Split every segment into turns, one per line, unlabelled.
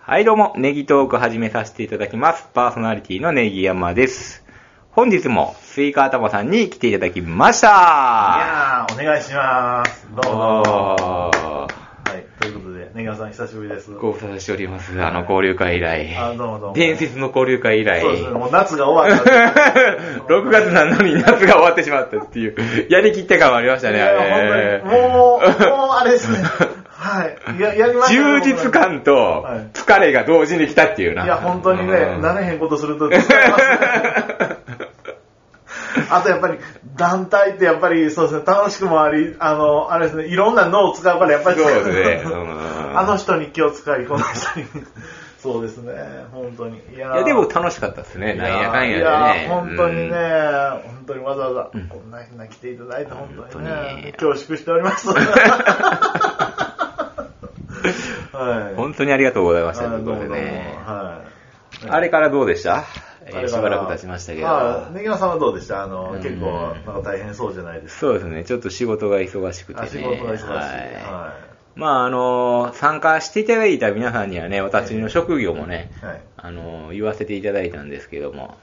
はいどうも、ネギトーク始めさせていただきます。パーソナリティのネギ山です。本日もスイカ頭さんに来ていただきました。
いやー、お願いします。どうも。
お
は
ー
い、ということで、根川さん久しぶりです。
ご無沙汰しております。あの、交流会以来。
あどうもどうも
伝説の交流会以来。
そうですね、もう夏が終わったんで。
6月なのに夏が終わってしまったっていう、 やりきった感もありました ね、
い
あ
や
れ。
本当にもう、もうあれで すね。はい。や、やりました
充
ね
実感と
はい
疲れが同時に来たっていうな。
いや、本当にね、
うん
慣れへんことすると疲 れますね。あとやっぱり、団体ってやっぱり、そうですね、楽しくもあり、あの、あれですね、いろんな脳を使うから、やっぱり、
そう ですねうん
あの人に気を使い、この人に。 そうですね、本当に。いやー
いや、でも楽しかったですね、なんやかんや
い
でね。
や本当
うん
にね、本当にわざわ
うん
ざ、こんな日な来ていただいて、本当に
本当に
ね、恐縮してお ります。はい。
本当にありがとうございました。
あ
と
ど
いうう
も
こ
どう
とで
も
ね。
はい。
あれからどうでしたえ
あ
ー
れ
し
かな
ばらく経ちましたけ
あ
ど。
ネギナさんはどうでしたあの、
うん
結構、なんか大変そうじゃないですか。
そうですね、ちょっと仕事が忙しくてね。
あ仕事が忙しい。
は。
はい
まあ、あのー、参加していただいた皆さんにはね、私の職業もね、
い。はい。
あのー、言わせていただいたんですけども、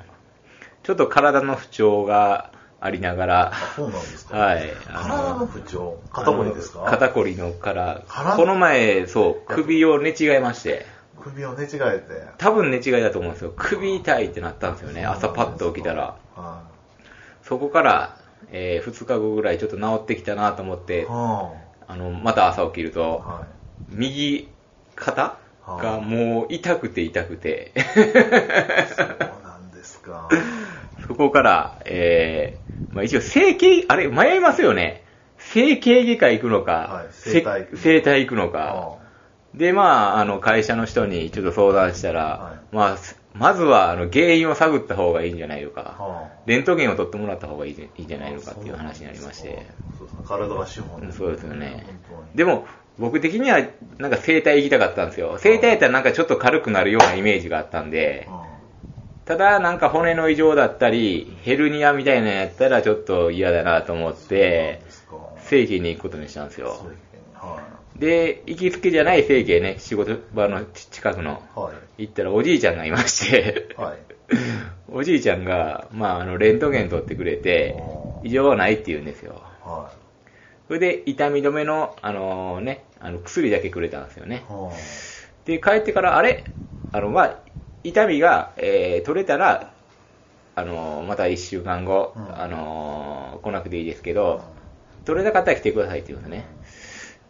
ちょっと体の不調がありながら、
そうなんですか
はい。あのー
体の不調肩こりですか
あの肩こりのから
腹、
この前、そう、首を寝違えまして、
首を寝違えて。
多分寝違いだと思うんですよ。首痛いってなったんですよね。朝パッと起きたら。
は
そこから、え2日後ぐらいちょっと治ってきたなと思っ
い。
て、
は
あの、また朝起きる
あ
と、
はい。
右肩がもう痛くて痛くて、
そうなんですか。
そこから、えー、まあ一応整形、あれ、迷いますよね。整形外科行くのか、
はい整体
せ整体行くのか、
あ
で、まあ、あの、会社の人にちょっと相談したら、
は
まあ、すまずは、あの、原因を探った方がいいんじゃないの
あ
か。
はあ
レントゲンを取ってもらった方がいいじゃいいじゃないのかっていう話になりまして。
そうですね体が資本
うんそうですよね
本当に
でも、僕的には、なんか整体行きたかったんですよ。整体やったらなんかちょっと軽くなるようなイメージがあったんで、ただ、なんか骨の異常だったり、ヘルニアみたいなのやったらちょっと嫌だなと思っ
で
て、
そうです
整形に行くことにしたんです
か
よ。
は
で、行きつけじゃない整形ね、仕事場の近くの。
いは
行ったらおじいちゃんがいまして、
いはい
おじいちゃんが、まあ、あの、レントゲン取ってくれて
お、ー
異常はないって言うんですよ。
は
それで、痛み止めの、あのね、あの、薬だけくれたんですよね
い。は
で、帰ってから、あれあの、まあ、痛みが、えー取れたら、あのまた1週間後、
うん
あの来なくていいですけ
あ
ど、取れなかったら来てくださいって言うんですね。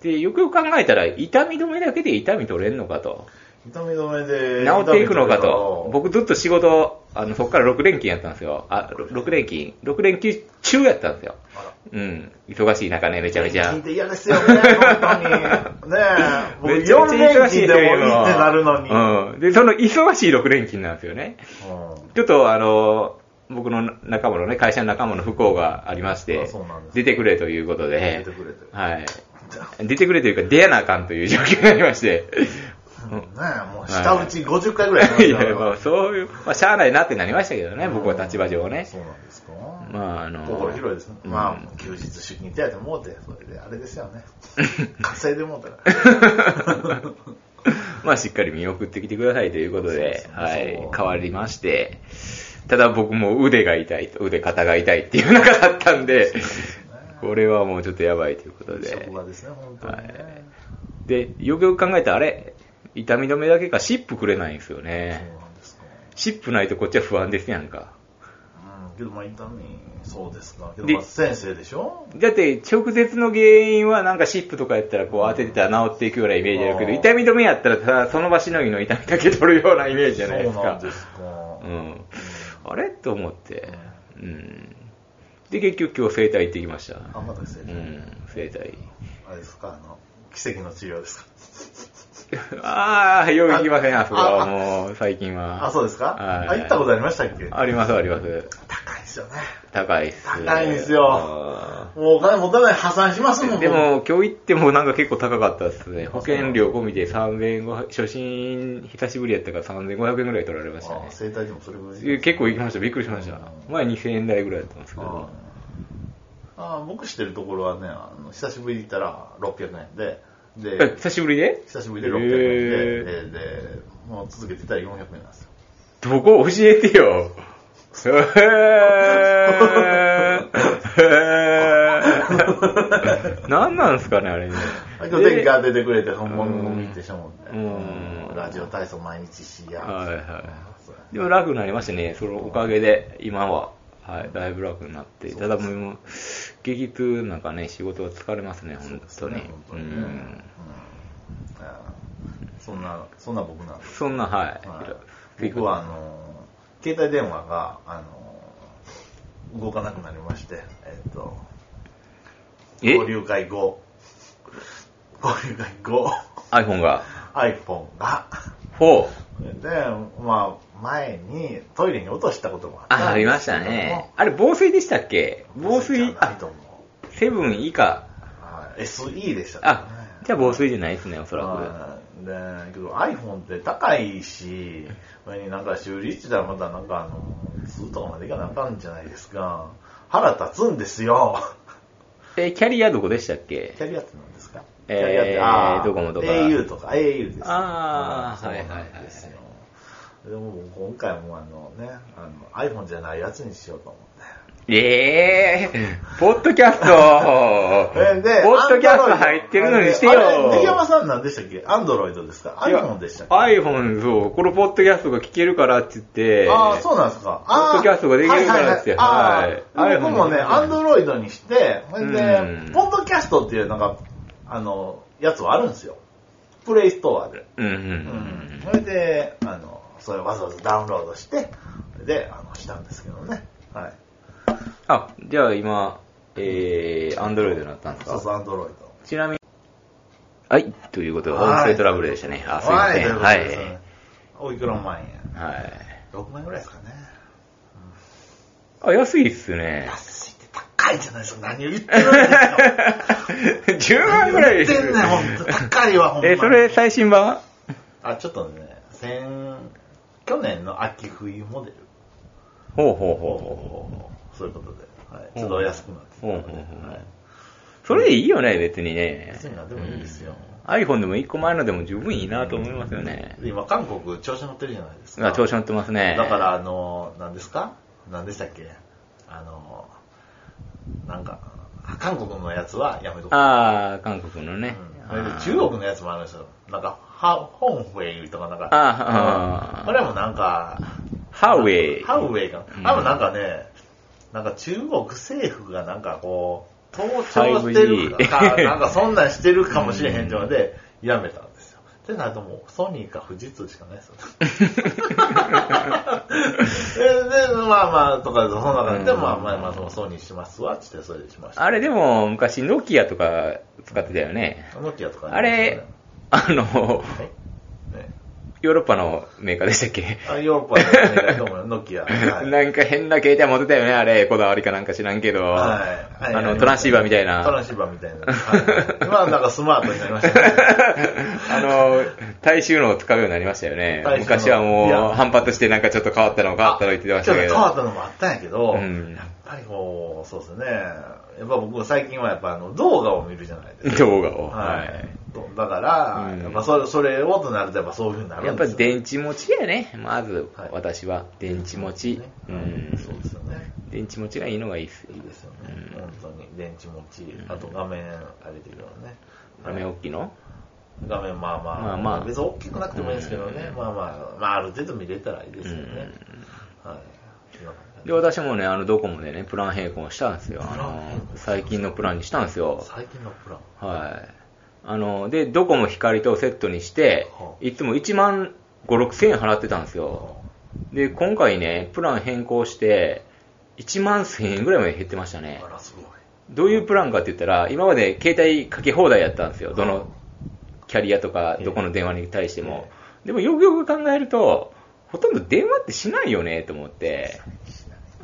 で、よくよく考えたら、痛み止めだけで痛み取れんのかと。
痛み止めで
治っていくのかと。
痛み止め
僕ずっと仕事、あの、そこから6連勤やったんですよ。あ、6連勤 ?6 連休中やったんですよ。
あら
うん。忙しい中ね、めちゃめちゃ
聞い。て嫌ですよね、本当に。ねえ、僕
めちゃめ
4
ちゃ
連
忙
勤
しい
でもいいってなるのに。
うん。で、その忙しい6連勤なんですよね。
うん
ちょっとあの、僕の仲間のね、会社の仲間の不幸がありまして
あそうなんで、す
出てくれということ
出
で
て、くれて。
はい。出てくれというか、出やなあかんという状況になりまして、
うんねえ、もう下打ち50回ぐらいやって
い
まし
や、
たよ
まあそういう、まあ、しゃあないなってなりましたけどね、僕は立場上ね。
そうなんですか。
まあ、あの、
心広いですね。
うん
まあ、休日出勤手当もうて、それであれですよ ね。稼いでもうたら。
まあ、しっかり見送ってきてくださいということで、
そうそう
は
そ、
いう変わりまして、ただ僕もう腕が痛いと、腕肩が痛いっていう中だったんで、これはもうちょっとやばいということで
職、場ですね、本当にね。
で、よくよく考えたら、あれ、痛み止めだけか、シップくれないんですよ
そう
ね。
なんですか。
シップないとこっちは不安ですやんか。
うん、けどまあ痛み、そうですか。けど
で
まあ先生でしょ
だって、直接の原因はなんかシップとかやったらこう当ててたら治っていくようなイメージあるけど、
あー
痛み止めやったらただその場しのぎの痛みだけ取るようなイメージじゃないです
そうなん
か。
ですか。
うん。あれと思って。うん。で、結局今日整体行ってきました。
あ、また先
う
生、
ん、整体。
あれですか、あの、奇跡の治療ですか。
ああ、よく行きません、あそこ
あ
は
あ
もう、最近は。
あ、そうですか
はい
あ、行ったことありましたっけ
あります、あります。
高いですよね。
高いっす。
高いんですよ
あ
もうお金持たない破産しますも
ー。
ん、
で
僕、
も、今日行ってもなんか結構高かったっすね。保険料込みで3500、初心久しぶりやったから3500円ぐらい取られました
あ
ね。
生体でもそれぐらい。
え結構行きました、びっくりしました。前2000円台ぐらいだったんですけ
あ
ど。
ああ僕知ってるところはねあの久しぶりに行ったら600円で
え
で
久しぶりで
久しぶりで600円で、
へ
ででもう続けてたら400円なんですよ。
どこ教えてよ。へーへ ー何なんすかね、あれね。
今日天気が出てくれて本物を見てしまうんで、
うん
ラジオ体操毎日しや、
はいはい。でも楽になりましたね、そのおかげで、今は。はい、だいぶ楽になって。ただもう、激痛なんかね、仕事は疲れますね、
そう
本
です
当
ね
に。
本
う
当にね
ん。
うんあーそんなそんな僕なんです、
そんな、はい。
はい、僕はあのー携帯電話が、あのー動かなくなりましてえっと
え
交流会後交流会後
iPhone が。
iPhone が
4。
でまあ前にトイレに落としたこともあったん
あ、
ですけども
ありましたね。あれ、防水でしたっけ防
じ
水
ゃ、ない
あ
と、思う
セブン以下。
はい SE でしたね
あ、じゃあ防水じゃないですね、おそら
はいでけど iPhone って高いし、それになんか修理したらまたなんかあの、通とかまでいかなあかんじゃないですか。腹立つんですよ。
く。え、キャリアどこでしたっけ
キャリアって何ですか
えー
キャリアって、あー
ドコモとか
au とか au です。
あー
うん
はいはいはい
そうなんですよでも僕今回もあのね、あの iPhone じゃないやつにしようと思って。
ええー、ポッドキャス トポッドキャスト入ってるのにしてよ
あれ、根山さん何でしたっけアンドロイドですか ?iPhone でしたっけ
iPhone、そう、このポッドキャストが聞けるからって言って、
ああ、そうなんですか。
ポッドキャストができるからですよ
はいはいはいあ
はい
ー僕もね、
iPhone
アンドロイドにして、ほん
う
で
ん、
ポッドキャストっていうなんか、あの、やつはあるんですよ。プレイストアで。
うんうん
うん。それで、あの、それをわざわざダウンロードして、で、あの、したんですけどね。はい。
あ、じゃあ今、えー、Android になったんです
そう
か
そう、アンドロイド。
ちなみに、はい、ということで、
はい
音声トラブルでしたね。あ、すいません。は
はいい。とうことですね。おいくら万円
はい。
?6 万円ぐらいですかね。
あ、安いっすね。
安いって高いじゃないですか。何を言ってるん ですか。
10万ぐらいです。
言ってんねん、ほんと。高いわ、ほんまに
え、それ最新版は
あ、ちょっとね、先、去年の秋冬モデル。
ほうほうほうほう。
そういうことで、はい、ちょっとお安くなってたので、
ほうほうほう
はい、
それでいいよね、別にね。
別に何でもいいですよ。
iPhone でも1個前のでも十分いいなと思いますよね。
今、韓国、調子乗ってるじゃないですか。
あ調子乗ってますね。
だから、あの、何ですか何でしたっけあの、なんか、韓国のやつはやめとこう。
ああ、韓国のね。
うん
あ
それで
ー
中国のやつもあるんですよ。なんか、ハホンフェイとか、なんか、
あーあー
これもなんか、
ハウェイ。
ハウェイか
う。ん
あもなんかね、なんか中国政府がなんかこう、盗聴してる
5G
か、なんかそんなんしてるかもしれへんっていうので、やめたんですよ。ってなるともう、ソニーか富士通しかない ですよね。で、でまあまあ、とか、その中で、で
うん
まあまあまあ、そのソニーしますわ、つってそれでしました。
あれでも昔ノキアとか使ってたよね。
ノキアとかね
あれ、あの、
はい。ね
ヨーロッパのメーカーでしたっけ
あヨーロッパの メーカーとも、ノキア。はい
なんか変な携帯持ってたよね、あれ。こだわりかなんか知らんけど。
はいはい
あの、トランシーバーみたいな。
トランシーバーみたいな。はい今はなんかスマートになりま したね。
あの、大衆のを使うようになりましたよね
大衆。の
昔はいもう、
や
反発してなんかちょっと変わったの変わったの言ってましたけ
ちょっと
ど。
変わったのもあったんやけど、
うん
やっぱりこう、そうですね。やっぱ僕最近はやっぱあの動画を見るじゃないですか。
動画を。は
はい
い。。
だから、
うん
やっぱそれ、それをとなるとやっぱそういうふうになる
やっ
ん
ぱ
ですよ、
電池持ちだよね。まず
はい、
私は。電池持ち
ね。
う
うん
ん。
そうですよね。
電池持ちがいいのがいいっす。
いいですよね。
うん
本当に。電池持ち。あと画面、あれでいいよね。
画面大きいの
画面まあまあ、
まあまあ
別に大きくなくてもいいんですけどね、
うん
まあまあ、まあある程度見れたらいいですよね。はい。
で、私もね、あの、ドコモでね、プラン変更したんですよ。あ
プラン変
の
更、
最近のプランにしたんですよ。
最近のプラン。
はい。あの、で、ドコモ光とセットにして
は、あ
いつも1万5、6千円払ってたんですよ。で、今回ね、プラン変更して、1万1000円ぐらいまで減ってましたね
あ。ら、すごい。
どういうプランかって言ったら、今まで携帯かけ放題やったんですよ。どのキャリアとか、
ええ
どこの電話に対しても。でも、よくよく考えると、ほとんど電話ってしないよね、と思って。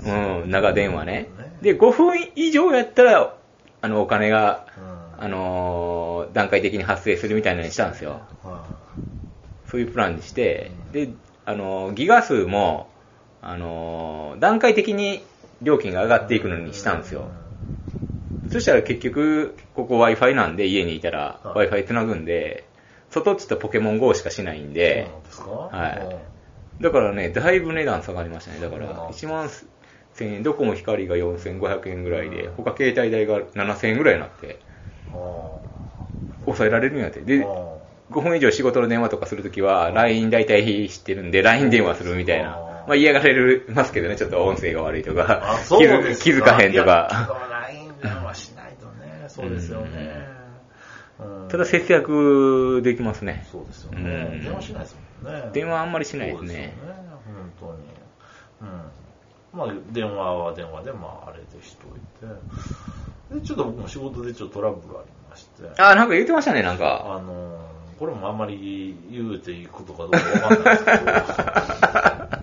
うん、長電話ね。で、5分以上やったら、あの、お金が
うん。
あのー段階的に発生するみたいなのにしたんですよ。そういうプランにして、で、あのーギガ数も、あのー段階的に料金が上がっていくのにしたんですよ。そしたら結局、ここ Wi-Fi なんで、家にいたら
はい
Wi-Fi 繋ぐんで、外っちとポケモン GO しかしないん
そう
で
な、んですか
はい
うん
だからね、だいぶ値段下がりましたね。だか
そうな
ら、
の
1万1000円、ドコモ光が4500円ぐらいで、
うん
他携帯代が7000円ぐらいになって、抑えられるんやって。で、
うん
5分以上仕事の電話とかするときは、LINE 大体知ってるんで、LINE 電話するみたいな
あ。ー
まあ嫌がられますけどね、ちょっと音声が悪いと
あ
か、
そう
気
で
づ
す
気づかへんとか。
いや。ライン電話しないとね、そうですよね。うん
ただ節約できますね。
そうですよ
うん
ね。電話しないですもんね。
電話あんまりしないです
そう
ね。
よ本当に。うん。まあ、電話は電話で、まあ、あれでしといて。で、ちょっと僕も仕事でちょっとトラブルがありまして。
あ、なんか言ってましたね、なんか。
あのーこれもあんまり言うていくとかどうかわかんないですけど。う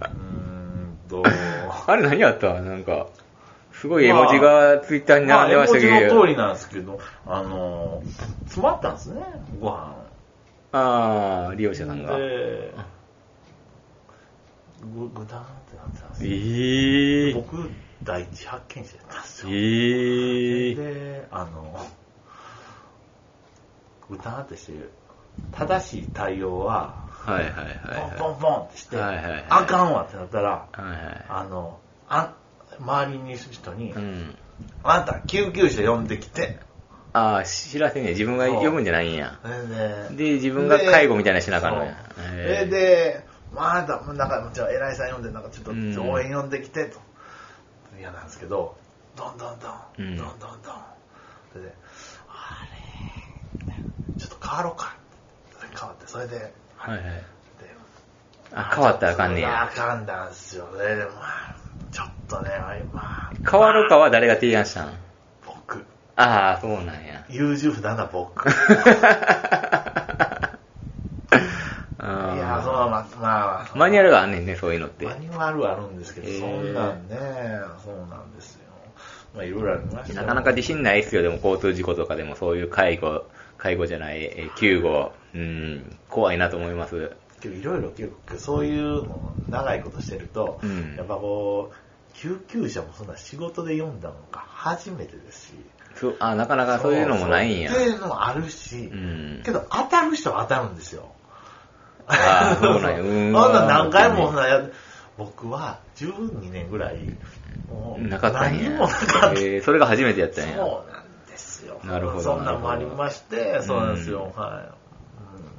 ーんと。
あれ何やったなんか、すごい絵文字がツイッターに
ま
並
あ、
んでま
絵文
した
字
け
の通
ど。
りなんですけど、あのー、詰まったんですね、ご飯。
ああ、利用者さんが。
で、ぐ、ぐだーんってなってたんです
え
よ。
ー、
僕、第一発見者だったんです
え
よ。
ー、
で、あの、ぐだーんってして、正しい対応は、
はいはいはい
ポ
はい
ン。ポンポンってして、
はいはいはい
あかんわってなったら、
はいは
あの、あ、周りにいる人に、
い。うん。
あんた救急車呼んできて、
ああ、知らせねえ。自分が呼ぶんじゃないんや。
それで、
で、自分が介護みたいなのしなあかんのや。
そう
へ
え
ー
で、まあ、だなんか、じゃあ、偉いさん呼んで、なんかちょっと
うん
応援呼んできてと、嫌なんですけど、どんどんど、
うんん
どんどんどん、それで、あれ、ちょっと変わろうか、変わって、それで、
はいはい。
で
あ、変わったらあかんね
あ
や。
かんだんすよね、でもまあ、ちょっとね、あれまあ、
変わろうかは誰が提案したん
僕、
ああ、そうなんや。
優柔不断 な僕。
あー
いや、そうまあ、まあ、
マニュアルがあんねんね、そういうのって。
マニュアルはあるんですけど
へ、ー
そんなんね、そうなんですよ。まあ、いろいろありました
な
よ
かなか自信ないですよ、でも交通事故とかでもそういう介護、介護じゃない、えー救護、うん、怖いなと思います。
けどいろいろ結構、そういうのを長いことしてると、
うん
やっぱこう、救急車もそんな仕事で読んだのか初めてですし。
そうあ、なかなかそういうのもないんや。
そうそうっていうのもあるし、
うん
けど当たる人は当たるんですよ。
あーそう なんやうーん
あんな何回もそんなや僕は12年ぐらい、もう
なかったん
何
や。
もなかった。
えーそれが初めてやったんや。
そうなんですよ。
なるほど
そんなんもありまして、そうなんで
う
す
ん
よ。はい。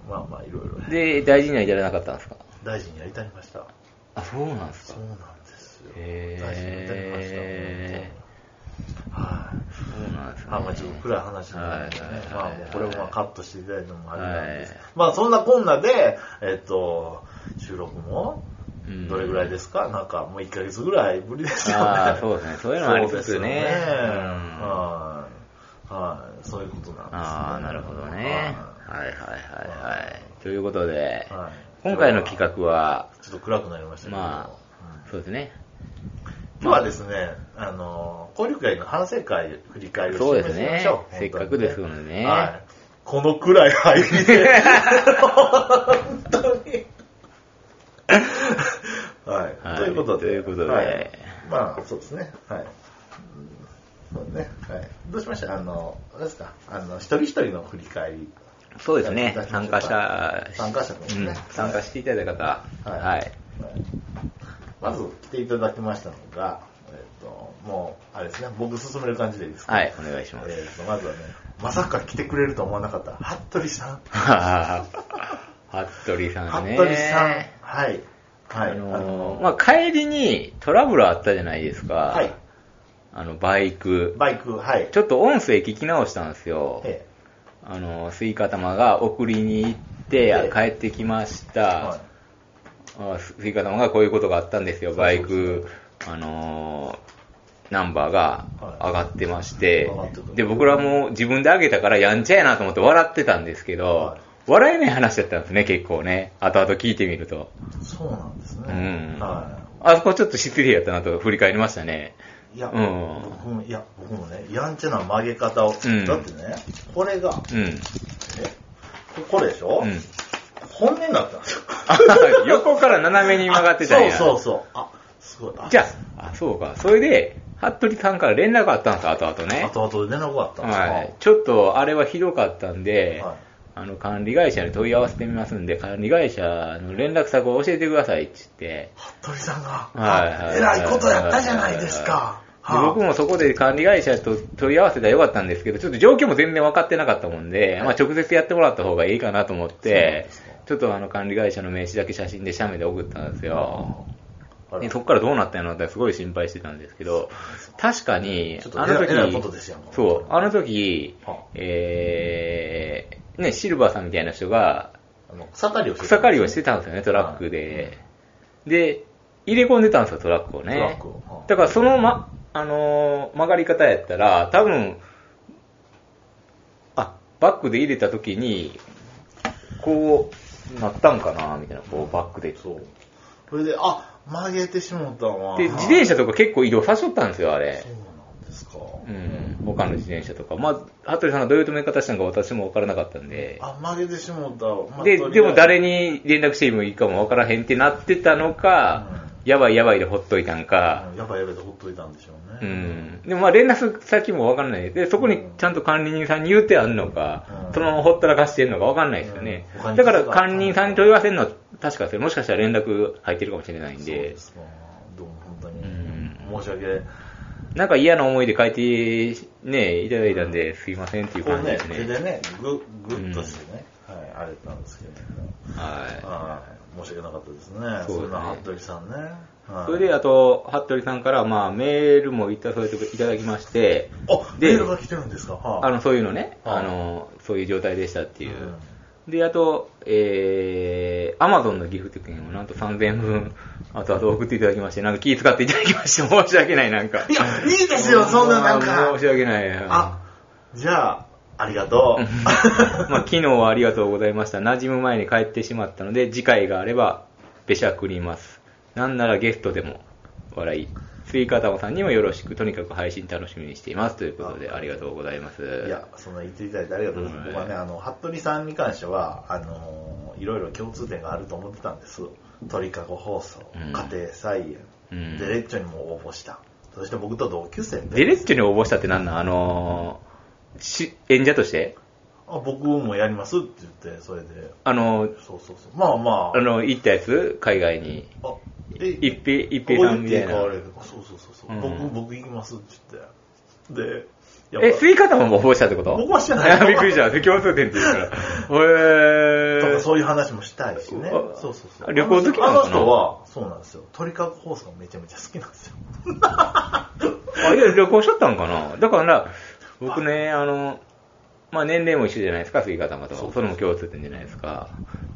うんまあまあ、いろいろね。
で、大事には至らなかったんですか
大臣にやりたりました。
あ、そうなんです
そ
か
うなんですよ。
へー
大臣にやりたりました。はい。
そうなんですね。
あまあ、ちょっと暗い話なんでね
はいはいはい。
まあ、もうこれもまあカットしていただいたのもあれなんです。
はい
まあ、そんなこんなで、えっと、収録も、
うん
どれぐらいですか、なんか、もう1ヶ月ぐらいぶりですよね。
あーそうですねそういうのもありつつね
そうですよね
うん
はい。はい。そういうことなんですね。
ああ、なるほどね。はいはいはいはい。ということで、
はい
今回の企画は、
ちょっと暗くなりましたけど。
ま
うん
そうですね。
今日はですね、あの、交流会の反省会振り返りを
そう
し
です
ま
ね
しょう。
せっかくですのでね
はい。このくらい入 りで。本当に。はい、
はい
ということで。
ということで
はいまあ、そうですね。はい。うんそうね。はい。どうしましたあの、あれですかあの、一人一人の振り返り。
そうですね
出し。ま
参
し
加
ょうか
者、
参加者のです
う
ね
ん参加していただいた方、
はい
はい。
はいまず来ていただきましたのが、えっと、もう、あれですね、僕進める感じでいいですか
はい、お願いし ます。
えーと、まずはね、まさか来てくれると思わなかった、服部さん。
服部さんね。
服部さん。はい。はい。
あのー
あ
まあ、帰りにトラブルあったじゃないですか。
のはい。
あの、バイク。
バイク、はい。
ちょっと音声聞き直したんですよ。
え
あの、スイカ玉が送りに行って、
ええ
帰ってきまし
え
た
は。
あスイカ玉がこういうことがあったんですよ。
そうそう
バ
そう
イク、あのーナンバーが上がってまして、
はい上がってくる
で、僕らも自分で上げたからやんちゃやなと思って笑ってたんですけど、
はい
笑えない話だったんですね、結構ね。後々聞いてみると。
い。そうなんですね。
うん
は
あそこちょっと失礼やったなと振り返りましたね。
い。いや、
うん
僕も、いや、僕もね、やんちゃな曲げ方を。
うん
だってね、これが、
うん。
えこれでしょ、
うん。
本音になったんですよ。
あ 横から斜めに曲がってたんや。
そうそうそう。あ、すごい。
じゃあ、あ、そうか。それで、服部さんから連絡あったんです、後々
あ、
ね。
後々で連絡があったんです
はい。ちょっと、あれはひどかったんで、
はい
あの、管理会社に問い合わせてみますんで、管理会社の連絡先を教えてくださいって言って、
服部さんが、
はい
あ
はい
えらいことやったじゃないですか。
で僕もそこで管理会社と問い合わせたらよかったんですけど、ちょっと状況も全然分かってなかったもんで、まあ、直接やってもらった方がいいかなと思っ
そうなん
て
ですか、
ちょっとあの管理会社の名刺だけ写真で写メで送ったんですよ。
あら
でそこからどうなったんやろうってすごい心配してたんですけど、確かに
ちょっ、と
あの
えらいこと
時
ですよも、う
そう、あの時
はあ、
えー、ね、シルバーさんみたいな人が、
あの草刈りをして
草刈りをしててたんですよね、トラックで。で、入れ込んでたんですよ、トラックをね。
トラックをはい
だからその、ま、あのー曲がり方やったら、多分、あ、バックで入れた時に、こう、なったんかな、みたいな、こう、バックで。で、
そう。それで、あ、曲げてしもったわ。
自転
車
車とか結構移動さしとったんですよ、あれ
そう。なんですか。
うん、他の自転車とか。まあ、服部さんがどういう止め方したのか私も分からなかったんで。
あ、曲げてしもったわ。まあ
で、
とりあえず
でも誰に連絡してもいいかも分からへんってなってたのか、やばいやばいでほっといたんか、
うんやばいやばいとほっといたんでしょうね。
うん。でもまあ連絡先も分からない。で、そこにちゃんと管理人さんに言うてあんのか
う、ん
そのままほったらかしてんのか分かんないですよね
うん他。に
だから管理人さんに問い合わせるのは確かですよ。もしかしたら連絡入ってるかもしれないん
そう
で
で、すか。どうも本当に
うん
申し訳ない。
なんか嫌な思いで書いて、ね、いただいたんで、すいませんっていう
こう
感じ
ね
で、す
手
ね。
でね、ぐ、ぐっとしてね、はい、あれなんですけども。
はい。
はい。申し訳なかったですね。
そで
そう
すね
ういうのは服部さんね。はい
それで、あと、服部さんから、まあ、メールもいた添えていただきまして、
あ、
で
メールが来てるんですか。は
あの、そういうのね、
はい。
あの、そういう状態でしたっていううんで、あと、えー、アマゾンのギフト券をなんと3000分、あとあと送っていただきまして、なんか気使っていただきまして、申し訳ない、なんか。
い。いや、いいですよ、そんななん
あー申
か。
し訳ない。
あ、じゃあ、ありがとう。
まあ、昨日はありがとうございました。馴染む前に帰ってしまったので、次回があれば、べしゃくります。なんならゲストでも、笑い。スイカタマさんにもよろしく、とにかく配信楽しみにしています。ということで、ありがとうございます。
いや、そんな言っていただいてありがとうございます。僕はね、あの、服部さんに関しては、あのー、いろいろ共通点があると思ってたんです。鳥かご放送、
うん
家庭菜園、
うん
デレッチョにも応募した。そして僕と同級生
デ
で、
レッチョに応募したってなんなんあのーし、演者として
あ僕もやりますって言って、それで、
あのー
そうそうそう。まあまあ、
あの、行ったやつ海外に。
あ、え
一平、一平さんみたいな
ここ。言っていいかあれそうそうそうそう、
うん
僕、僕行きますって言って。で、
え、
っ
スイカタマも応募したってこと
僕はし てない
びっくりした。共通点って言う から。へ
と
ー
か。そういう話もしたいしね。
うわ
そうそうそう。
旅行好きな
あ
の
の
かな
人は、そうなんですよ。鳥かご放送がめちゃめちゃ好きなんですよ。
あ、いや、旅行しちゃったんかな。だからな、僕ね、あの、まあ、年齢も一緒じゃないですか、杉方まと。それも共通点じゃないですか。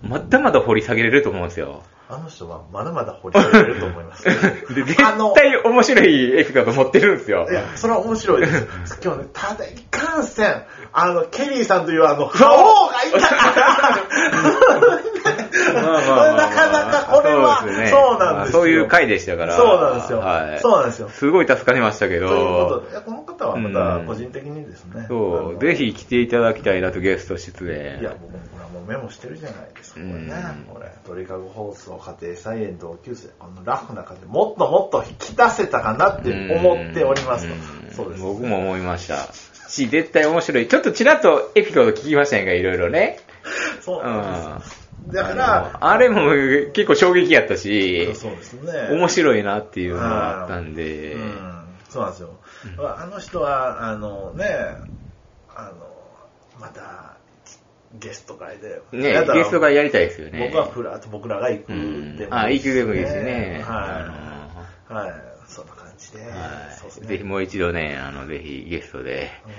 まだまだ掘り下げれると思うんです よ。
あの人はまだまだ掘り下げれると思います。
で、絶
あの、
対面白いエピソード持ってるんですよ
い。や、それは面白い です。今日ね、ただいかんせん、あの、ケリーさんというあの、覇王がい たから、
まあまあまあまあ
なかなかこれは、
そう
そう
ですね
なんですよ。
まあそういう回でしたから。
そうなんですよ
はい。
そうなんですよ
すごい助かりましたけ
ということ
ど。
でいや、この方はまた個人的にですね。あ
そう、
の
ぜ。ひ来ていただきたいなとゲスト出
いや
演。、
僕もこれはもうメモしてるじゃないですか、これ
うん
ね。これ、鳥かご放送、家庭菜園、同級生、このラフな感じ、もっともっと引き出せたかなって思っておりますと
うん
そうです。
僕も思いました。し、絶対面白い。ちょっとちらっとエピソード聞きましたやんか、いろいろね。
そうなんです。だか
あ
ら、
のあれも結構衝撃やったし、
そうですね。
面白いなっていうのがあったんで、
うん、そうなんですよ。あの人は、あのね、あの、また、ゲスト会で。
ね
やだ、
ゲストがやりたいですよね。
僕はフラッと僕らが行く
う
でもいい
ん
し、
あ、いくでもいいですね。
は
あの
い。はい。そんな感じで。
はい
そうですね
ぜひもう一度ね、あの、ぜひゲストで。
うん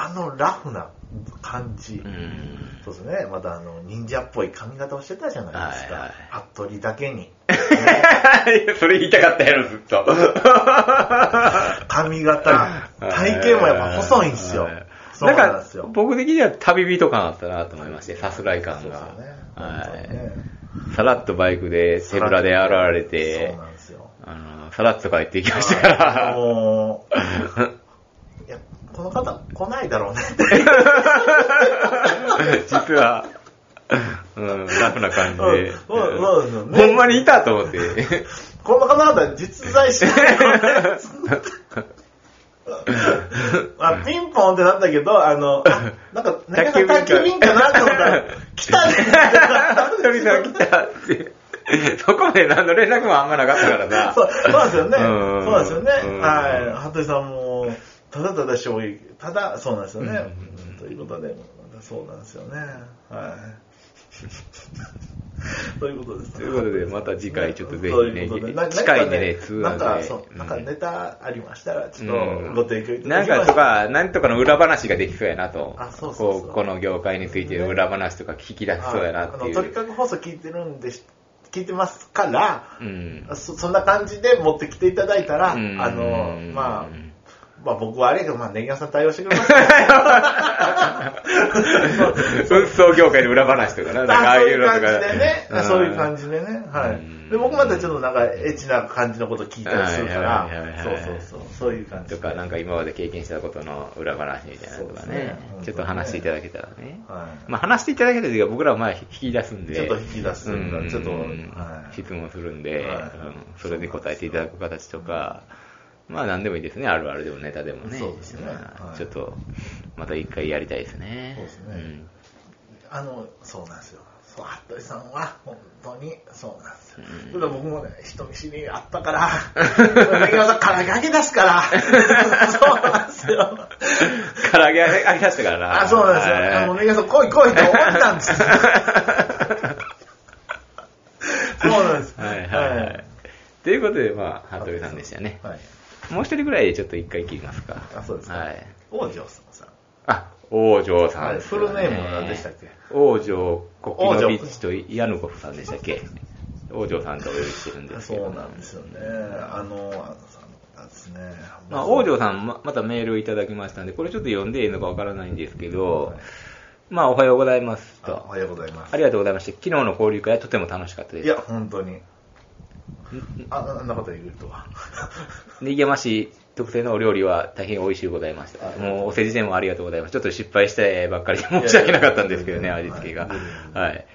あのラフな感じ。
うん。
そうですね。またあの、忍者っぽい髪型をしてたじゃないです
はい
か。服部だけに。
いやそれ言いたかったやろ、ずっと。
髪型、体型もやっぱ細いんですよ
は。
そう
だか
なんです
ら
よ、。
僕的には旅人感あったなと思いまして、さすらい感が
そうですよね。
は
本当にね
い。さらっとバイクで、手ぶらで現れて
そう、なんですよ。
あの、さらっと帰っていきましたから。
あのーいや、この方来ないだろう ねって。
実は、うん、ラフな感じで。
うんうんそうですよね
ほんまにいたと 思って。
この方々実在しない。あ、ピンポンってなったけど、あの、あなんか、なんか
宅
宅
急
急
便
便
か
かなって思っ たら、来たねってなったん
一
です
人さ
よ
ん来たって。そこまで何の連絡もあんまなかったからな。
そうそうなんですよね。
うん
そうなんですよね。
うん
はい。服部さんも、ただただ衝撃、ただ、そうなんですよね。
うん
ということで、そうなんですよね。はい。ということです。
ということでまた次回ちょっとぜひね
ということでな
近いんでね
な
ツーアーで
んかなんか、そうう、
ん
なんかネタありましたら、ちょ
う
っ
ん
とご提供いただ
なん
きま
か
し
と
たら。
か、なんとかの裏話ができそうやなと。
あそうそうそう
ここの業界についての裏話とか聞き出しそうやなって
あ
い
の、
う。
鳥かご放送聞いてるんでし、聞いてますから
う、 ん。
そそんな感じで持ってきていただいたら、あ
うん
の
う、ん
まあ、まあ僕はあれやけど、まあ、ネギ屋さん対応してくれます から。
運送業界の裏話とかな、なんかああ
そう
い
いうう
のと
感じ
か。
でね、そういう感
じ。
じでね、
う
は
ん
い。で、僕またちょっとなんか、エッチな感じのこと聞いたりするか
はいはいはい
ら、
は
そ
いうはい
そうそう、そういう感じで。
とか、なんか今まで経験したことの裏話みたいなのとか
そうで
ね
すね本当にね
ちょっと話していただけたらね。
はい
まあ話していただけたというか、僕らはまあ引き出すんで。
ちょっと引き出すんだ
う
ちょっと
うん
はい
質問するんで、
はい
うんそれで答えていただく形とか、まあ何でもいいですね。あるあるでもネタでもね。
そうですね
ま
は
あ
い
ちょっと、また一回やりたいですね。
そうですねあの、そうなんですよ。そう、服部さんは、本当に、そうなんですよ。ただ僕もね、人見知りあったから、 ネギ屋さんから揚げ出す から、そうなんですよ。
うん。唐揚げありましたからな。
あ、そうなんですよ。あの、
はい
ネギ屋さん来い来いと思ったんですよ。そうなんです。
はいはいはい。ということで、まあ、服部さんでしたね。
はい。
もう一人ぐらいでちょっと一回切りますか。
あ、そうですか。
はい。
王女さんさん。
あ、王城さん、
はいフルネームは何でしたっけ
王城コキノビッチとヤヌコフさんでしたっけ王城さんとお呼びしてるんですけど。
そうなんですよね。あの、あのさんの方ですね。
まあ、王女さんま、またメールをいただきましたんで、これちょっと読んでいいのかわからないんですけど、まあ、おはようございます
あお
と。
はようございます。
ありがとうございました。昨日の交流会はとても楽しかったで
い
す
や、。本当に。あ、あんなこと言うとは。
ねぎやま市特製のお料理は大変美味しゅうございました。もうお世辞でもありがとうございます。ちょっと失敗したばっかりで申し訳なかったんですけど
い
ね、
やいや
味
いや
付けが
はい。
はい。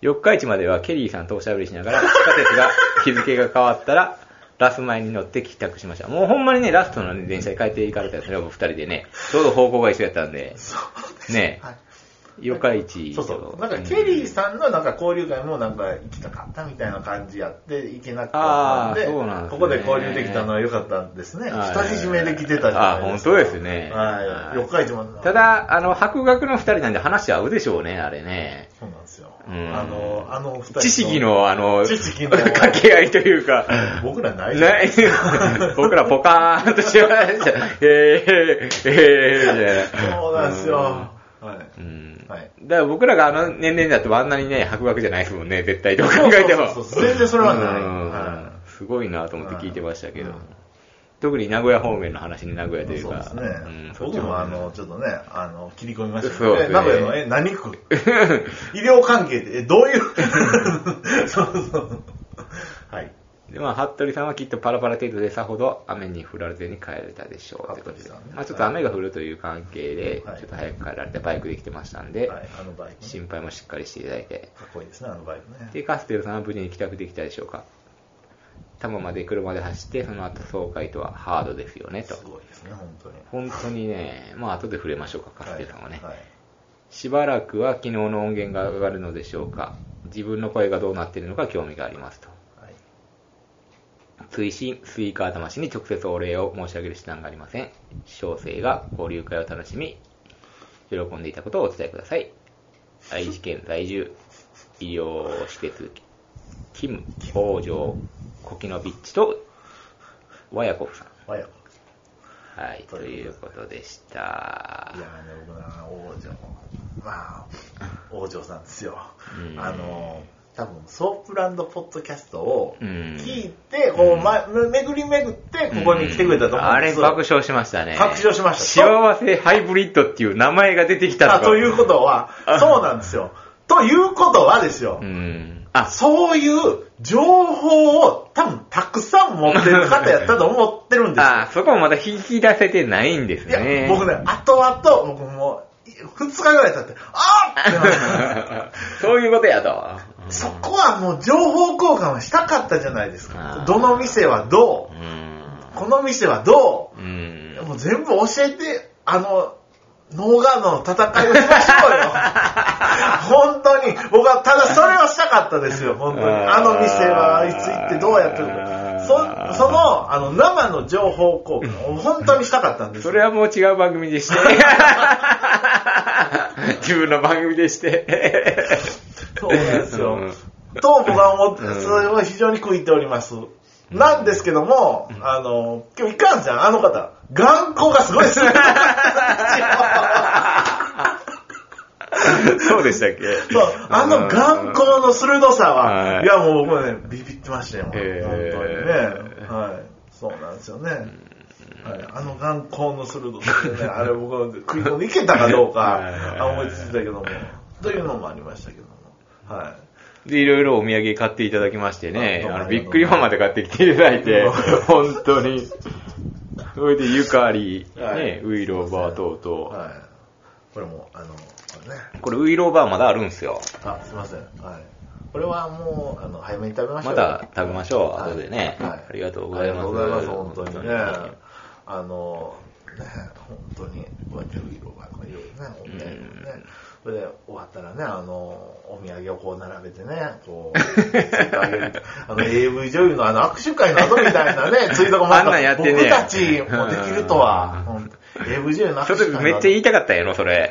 四日市まではケリーさんとおしゃべりしながら、地下鉄が日付が変わったら、ラス前に乗って帰宅しました。もうほんまにね、ラストのね電車で帰っていかれたんですね、お二人でね。ちょうど方向が一緒やったんで、
そうです
ね
はい
四日市
そ
と。
うそう。なんか、ケリーさんのなんか交流会もなんか行きたかったみたいな感じやって行けなかったん
あ
で、
ーそうなんですね
ここで交流できたのは良かったですね。
はい
二人占めで来てたじゃないですか。
あ本当ですね
はい。四日市まで。
た、だ、あの、博学の二人なんで話合うでしょうね、あれね。
そうなんですよ。
うん
あの、あの二人。
知識。の、あの、
知識の
掛け合いという か、
僕らないじゃん
ない、僕らポカーンとしました。えー、えー、えー、
そうなんですよ。はい。
うん。
はい。
だから僕らがあの年齢になってもあんなにね、博学じゃないですもんね、絶対どう考えても。
そうそうそうそう全然それはない
うん
は
すごいなと思って聞いてましたけど
うん。
特に名古屋方面の話に名古屋という
そうで
か。
すね
うん。
僕もあ、の、ちょっとね、あの、切り込みましたけ
そう
ど
です
ね。
ね
名古屋の、え、何区医療関係って、え、どういうそう そう。はい。
で、まあ、服部さんはきっとパラパラ程度でさほど雨に降られずに帰れたでしょう。ということで
服部さんね
まあ、ちょっと雨が降るという関係で、
はい
ちょっと早く帰られてバイクできてましたんで、
はい。あのバイクね。
心配もしっかりしていただいて。
かっこいいですね、あのバイクね。
で、カステルさんは無事に帰宅できたでしょうか。多摩まで車で走って、その後爽快とはハードですよね、と
す。ごいですね、本当に。
本当にね、まあ、後で触れましょうか、カステルさんはね。
はい。
しばらくは昨日の音源が上がるのでしょうか。自分の声がどうなっているのか興味がありますと。
はい。
追伸、スイカー魂に直接お礼を申し上げる手段がありません。小生が交流会を楽しみ、喜んでいたことをお伝えください。愛知県在住、医療施設、キム、北条、コキノビッチと、ワヤコフさん。
バイク。
はい、ということでした
い。やーね、僕な、王女。まあ、王女さんですよ
う。ん
あの、多分、ソープランドポッドキャストを
うん
聞いて、こう、ま、巡り巡って、ここに来てくれたと思うん
あ
で
れ
す
爆笑しましたね。
爆笑しました
幸せハイブリッドっていう名前が出てきたと
あ
か。
ということは
あ、
そうなんですよ。ということはですよ
う、ん。あ、
そういう情報を多分たくさん持ってる方やったと思ってるんですよ。
あ、そこもまだ引き出せてないんです
いや
ね。、
僕ね、後々、僕もう、2日ぐらい経って、あーってなって。
そういうことやと。
そこはもう情報交換はしたかったじゃないです
あー
か。どの店はど
う
う、
ん。
この店はど
う
う、
ん。よ。
もう全部教えて、あの、ノーガードの戦いをしましょうよ。 本当に。僕はただそれをしたかったですよ、本当に。
あー
あの店はいつ行ってどうやってる
あ
か。
ー
そその、あの、生の情報交換を本当にしたかったんですよ。
それはもう違う番組で して。自分の番組でして。
そうなんですよ。
う
と僕は思って、
うん
それは非常に食いております。なんですけども、あの、今日いかんじゃん、あの方。頑固がす ごいですよ。
そうでしたっけ
そう、あの眼光の鋭さ
は
は、
い
いやもう僕はね、ビビってましたよ、本当にね
へー。
はい。そうなんですよね。はい、あの眼光の鋭さでね、あれ僕は食い込んでいけたかど
は
う
い
か、あ思いついたけども、というのもありましたけども。はい。
で、いろいろお土産買っていただきましてね、あ
あどうも
の、びっくりマンまで買ってきていただいて
どうも、
本当に。それで、ゆかり、
は
ね
い、
ウイローバー等々。
はい。これも、あの、これね。
これ、ウイローバーまだあるんすよ。
あ、すいません。はい。これはもう、あの、早めに食べましょ
ま
う。
た食べましょう、
はい
後でね。
はい
ありがとうご
あ
ざ
り
いま
がと
す。
うございます、本当にね。あの、ね、本当に、こうやって色がこういろいろね、お土産もね。それで終わったらね、あの、お土産をこう並べてね、こ う、ツイートあげる。あの、AV 女優のあの握手会の後みたいなね、ツイートが
あんなんやってね
僕たちもできるとは、本当 AV 女優の
そ
握手会
れ
の後
めっ ちゃ言いたかったんやろ、それ。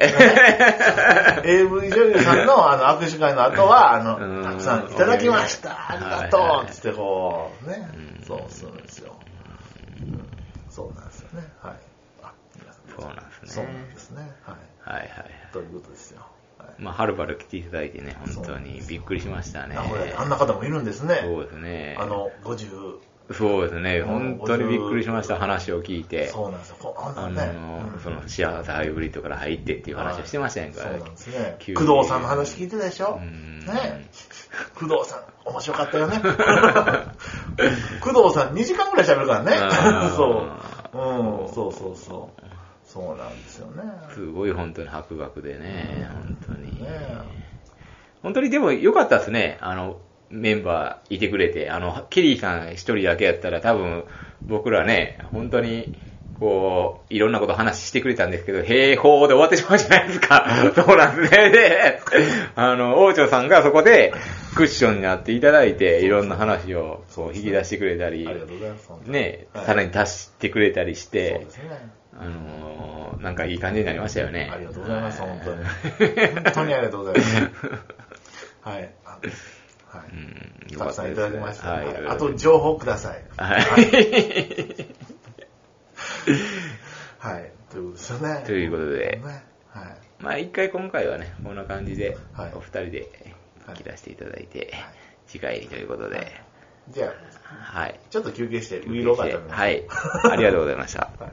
AV 女優さんのあの握手会の後は、あ
うん
の、たくさんいただきまし
うん
た、ありがとう
はいはい
つってこう、ね
う、ん
そうするんですよ。うんそうなんですよね。はい。あ、皆さん
そうなんですね
そうなんですね。はい。
はいはい。
ということですよ。はい。
まあ、はるばる来ていただいてね、本当にびっくりしましたね
名。古屋であんな方もいるんですね。
そうですね。
あの、50、
そうですね、
うん
本当にびっくりしました、話を聞いて。
そうなんですよ。こうあんな
あ
ね
の、
うん
その幸せハイブリッドから入ってっていう話をしてましたやんか。
そうなんですね。
急に
工藤さんの話聞いてたでし
う
ょ
ん
ね工藤さん、面白かった よね。工藤さん2時間ぐらい喋るから
あ
ね。
ー
そう。うん、そうそうそう。そうなんですよね。
すごい本当に博学でね、本当に
ね。
本当にでも良かったですね、あの、メンバーいてくれて、あの、ケリーさん一人だけやったら多分僕らね、本当に、こう、いろんなこと話してくれたんですけど、平方で終わってしまうじゃないです か。そうなんですね。で、あの、王朝さんがそこでクッションになっていただいて、いろんな話をこう引き出してくれた
あり
り
が、とうございます。本当に
ね、
はい
さらに足してくれたりし
そう
て
で、すね。
あのーなんかいい感じになりましたよね。
ありがとうございます、
は
本 当に。本当にありがとうございます。はい。あは
う
い。
ん、
たくさんいただきました。
はい
はい
よか
あ
った
と
です、
情報ください。
はい。
はい。ということですよね。
ということで、
ね。はい。
まあ一回今回はね、こんな感じで
はい、
お二人で切らせていただいて
はい、
次回にということで、
じゃあ、
はい。
ちょっと休憩して、ウイローが食べます。
はい。ありがとうございました。
はい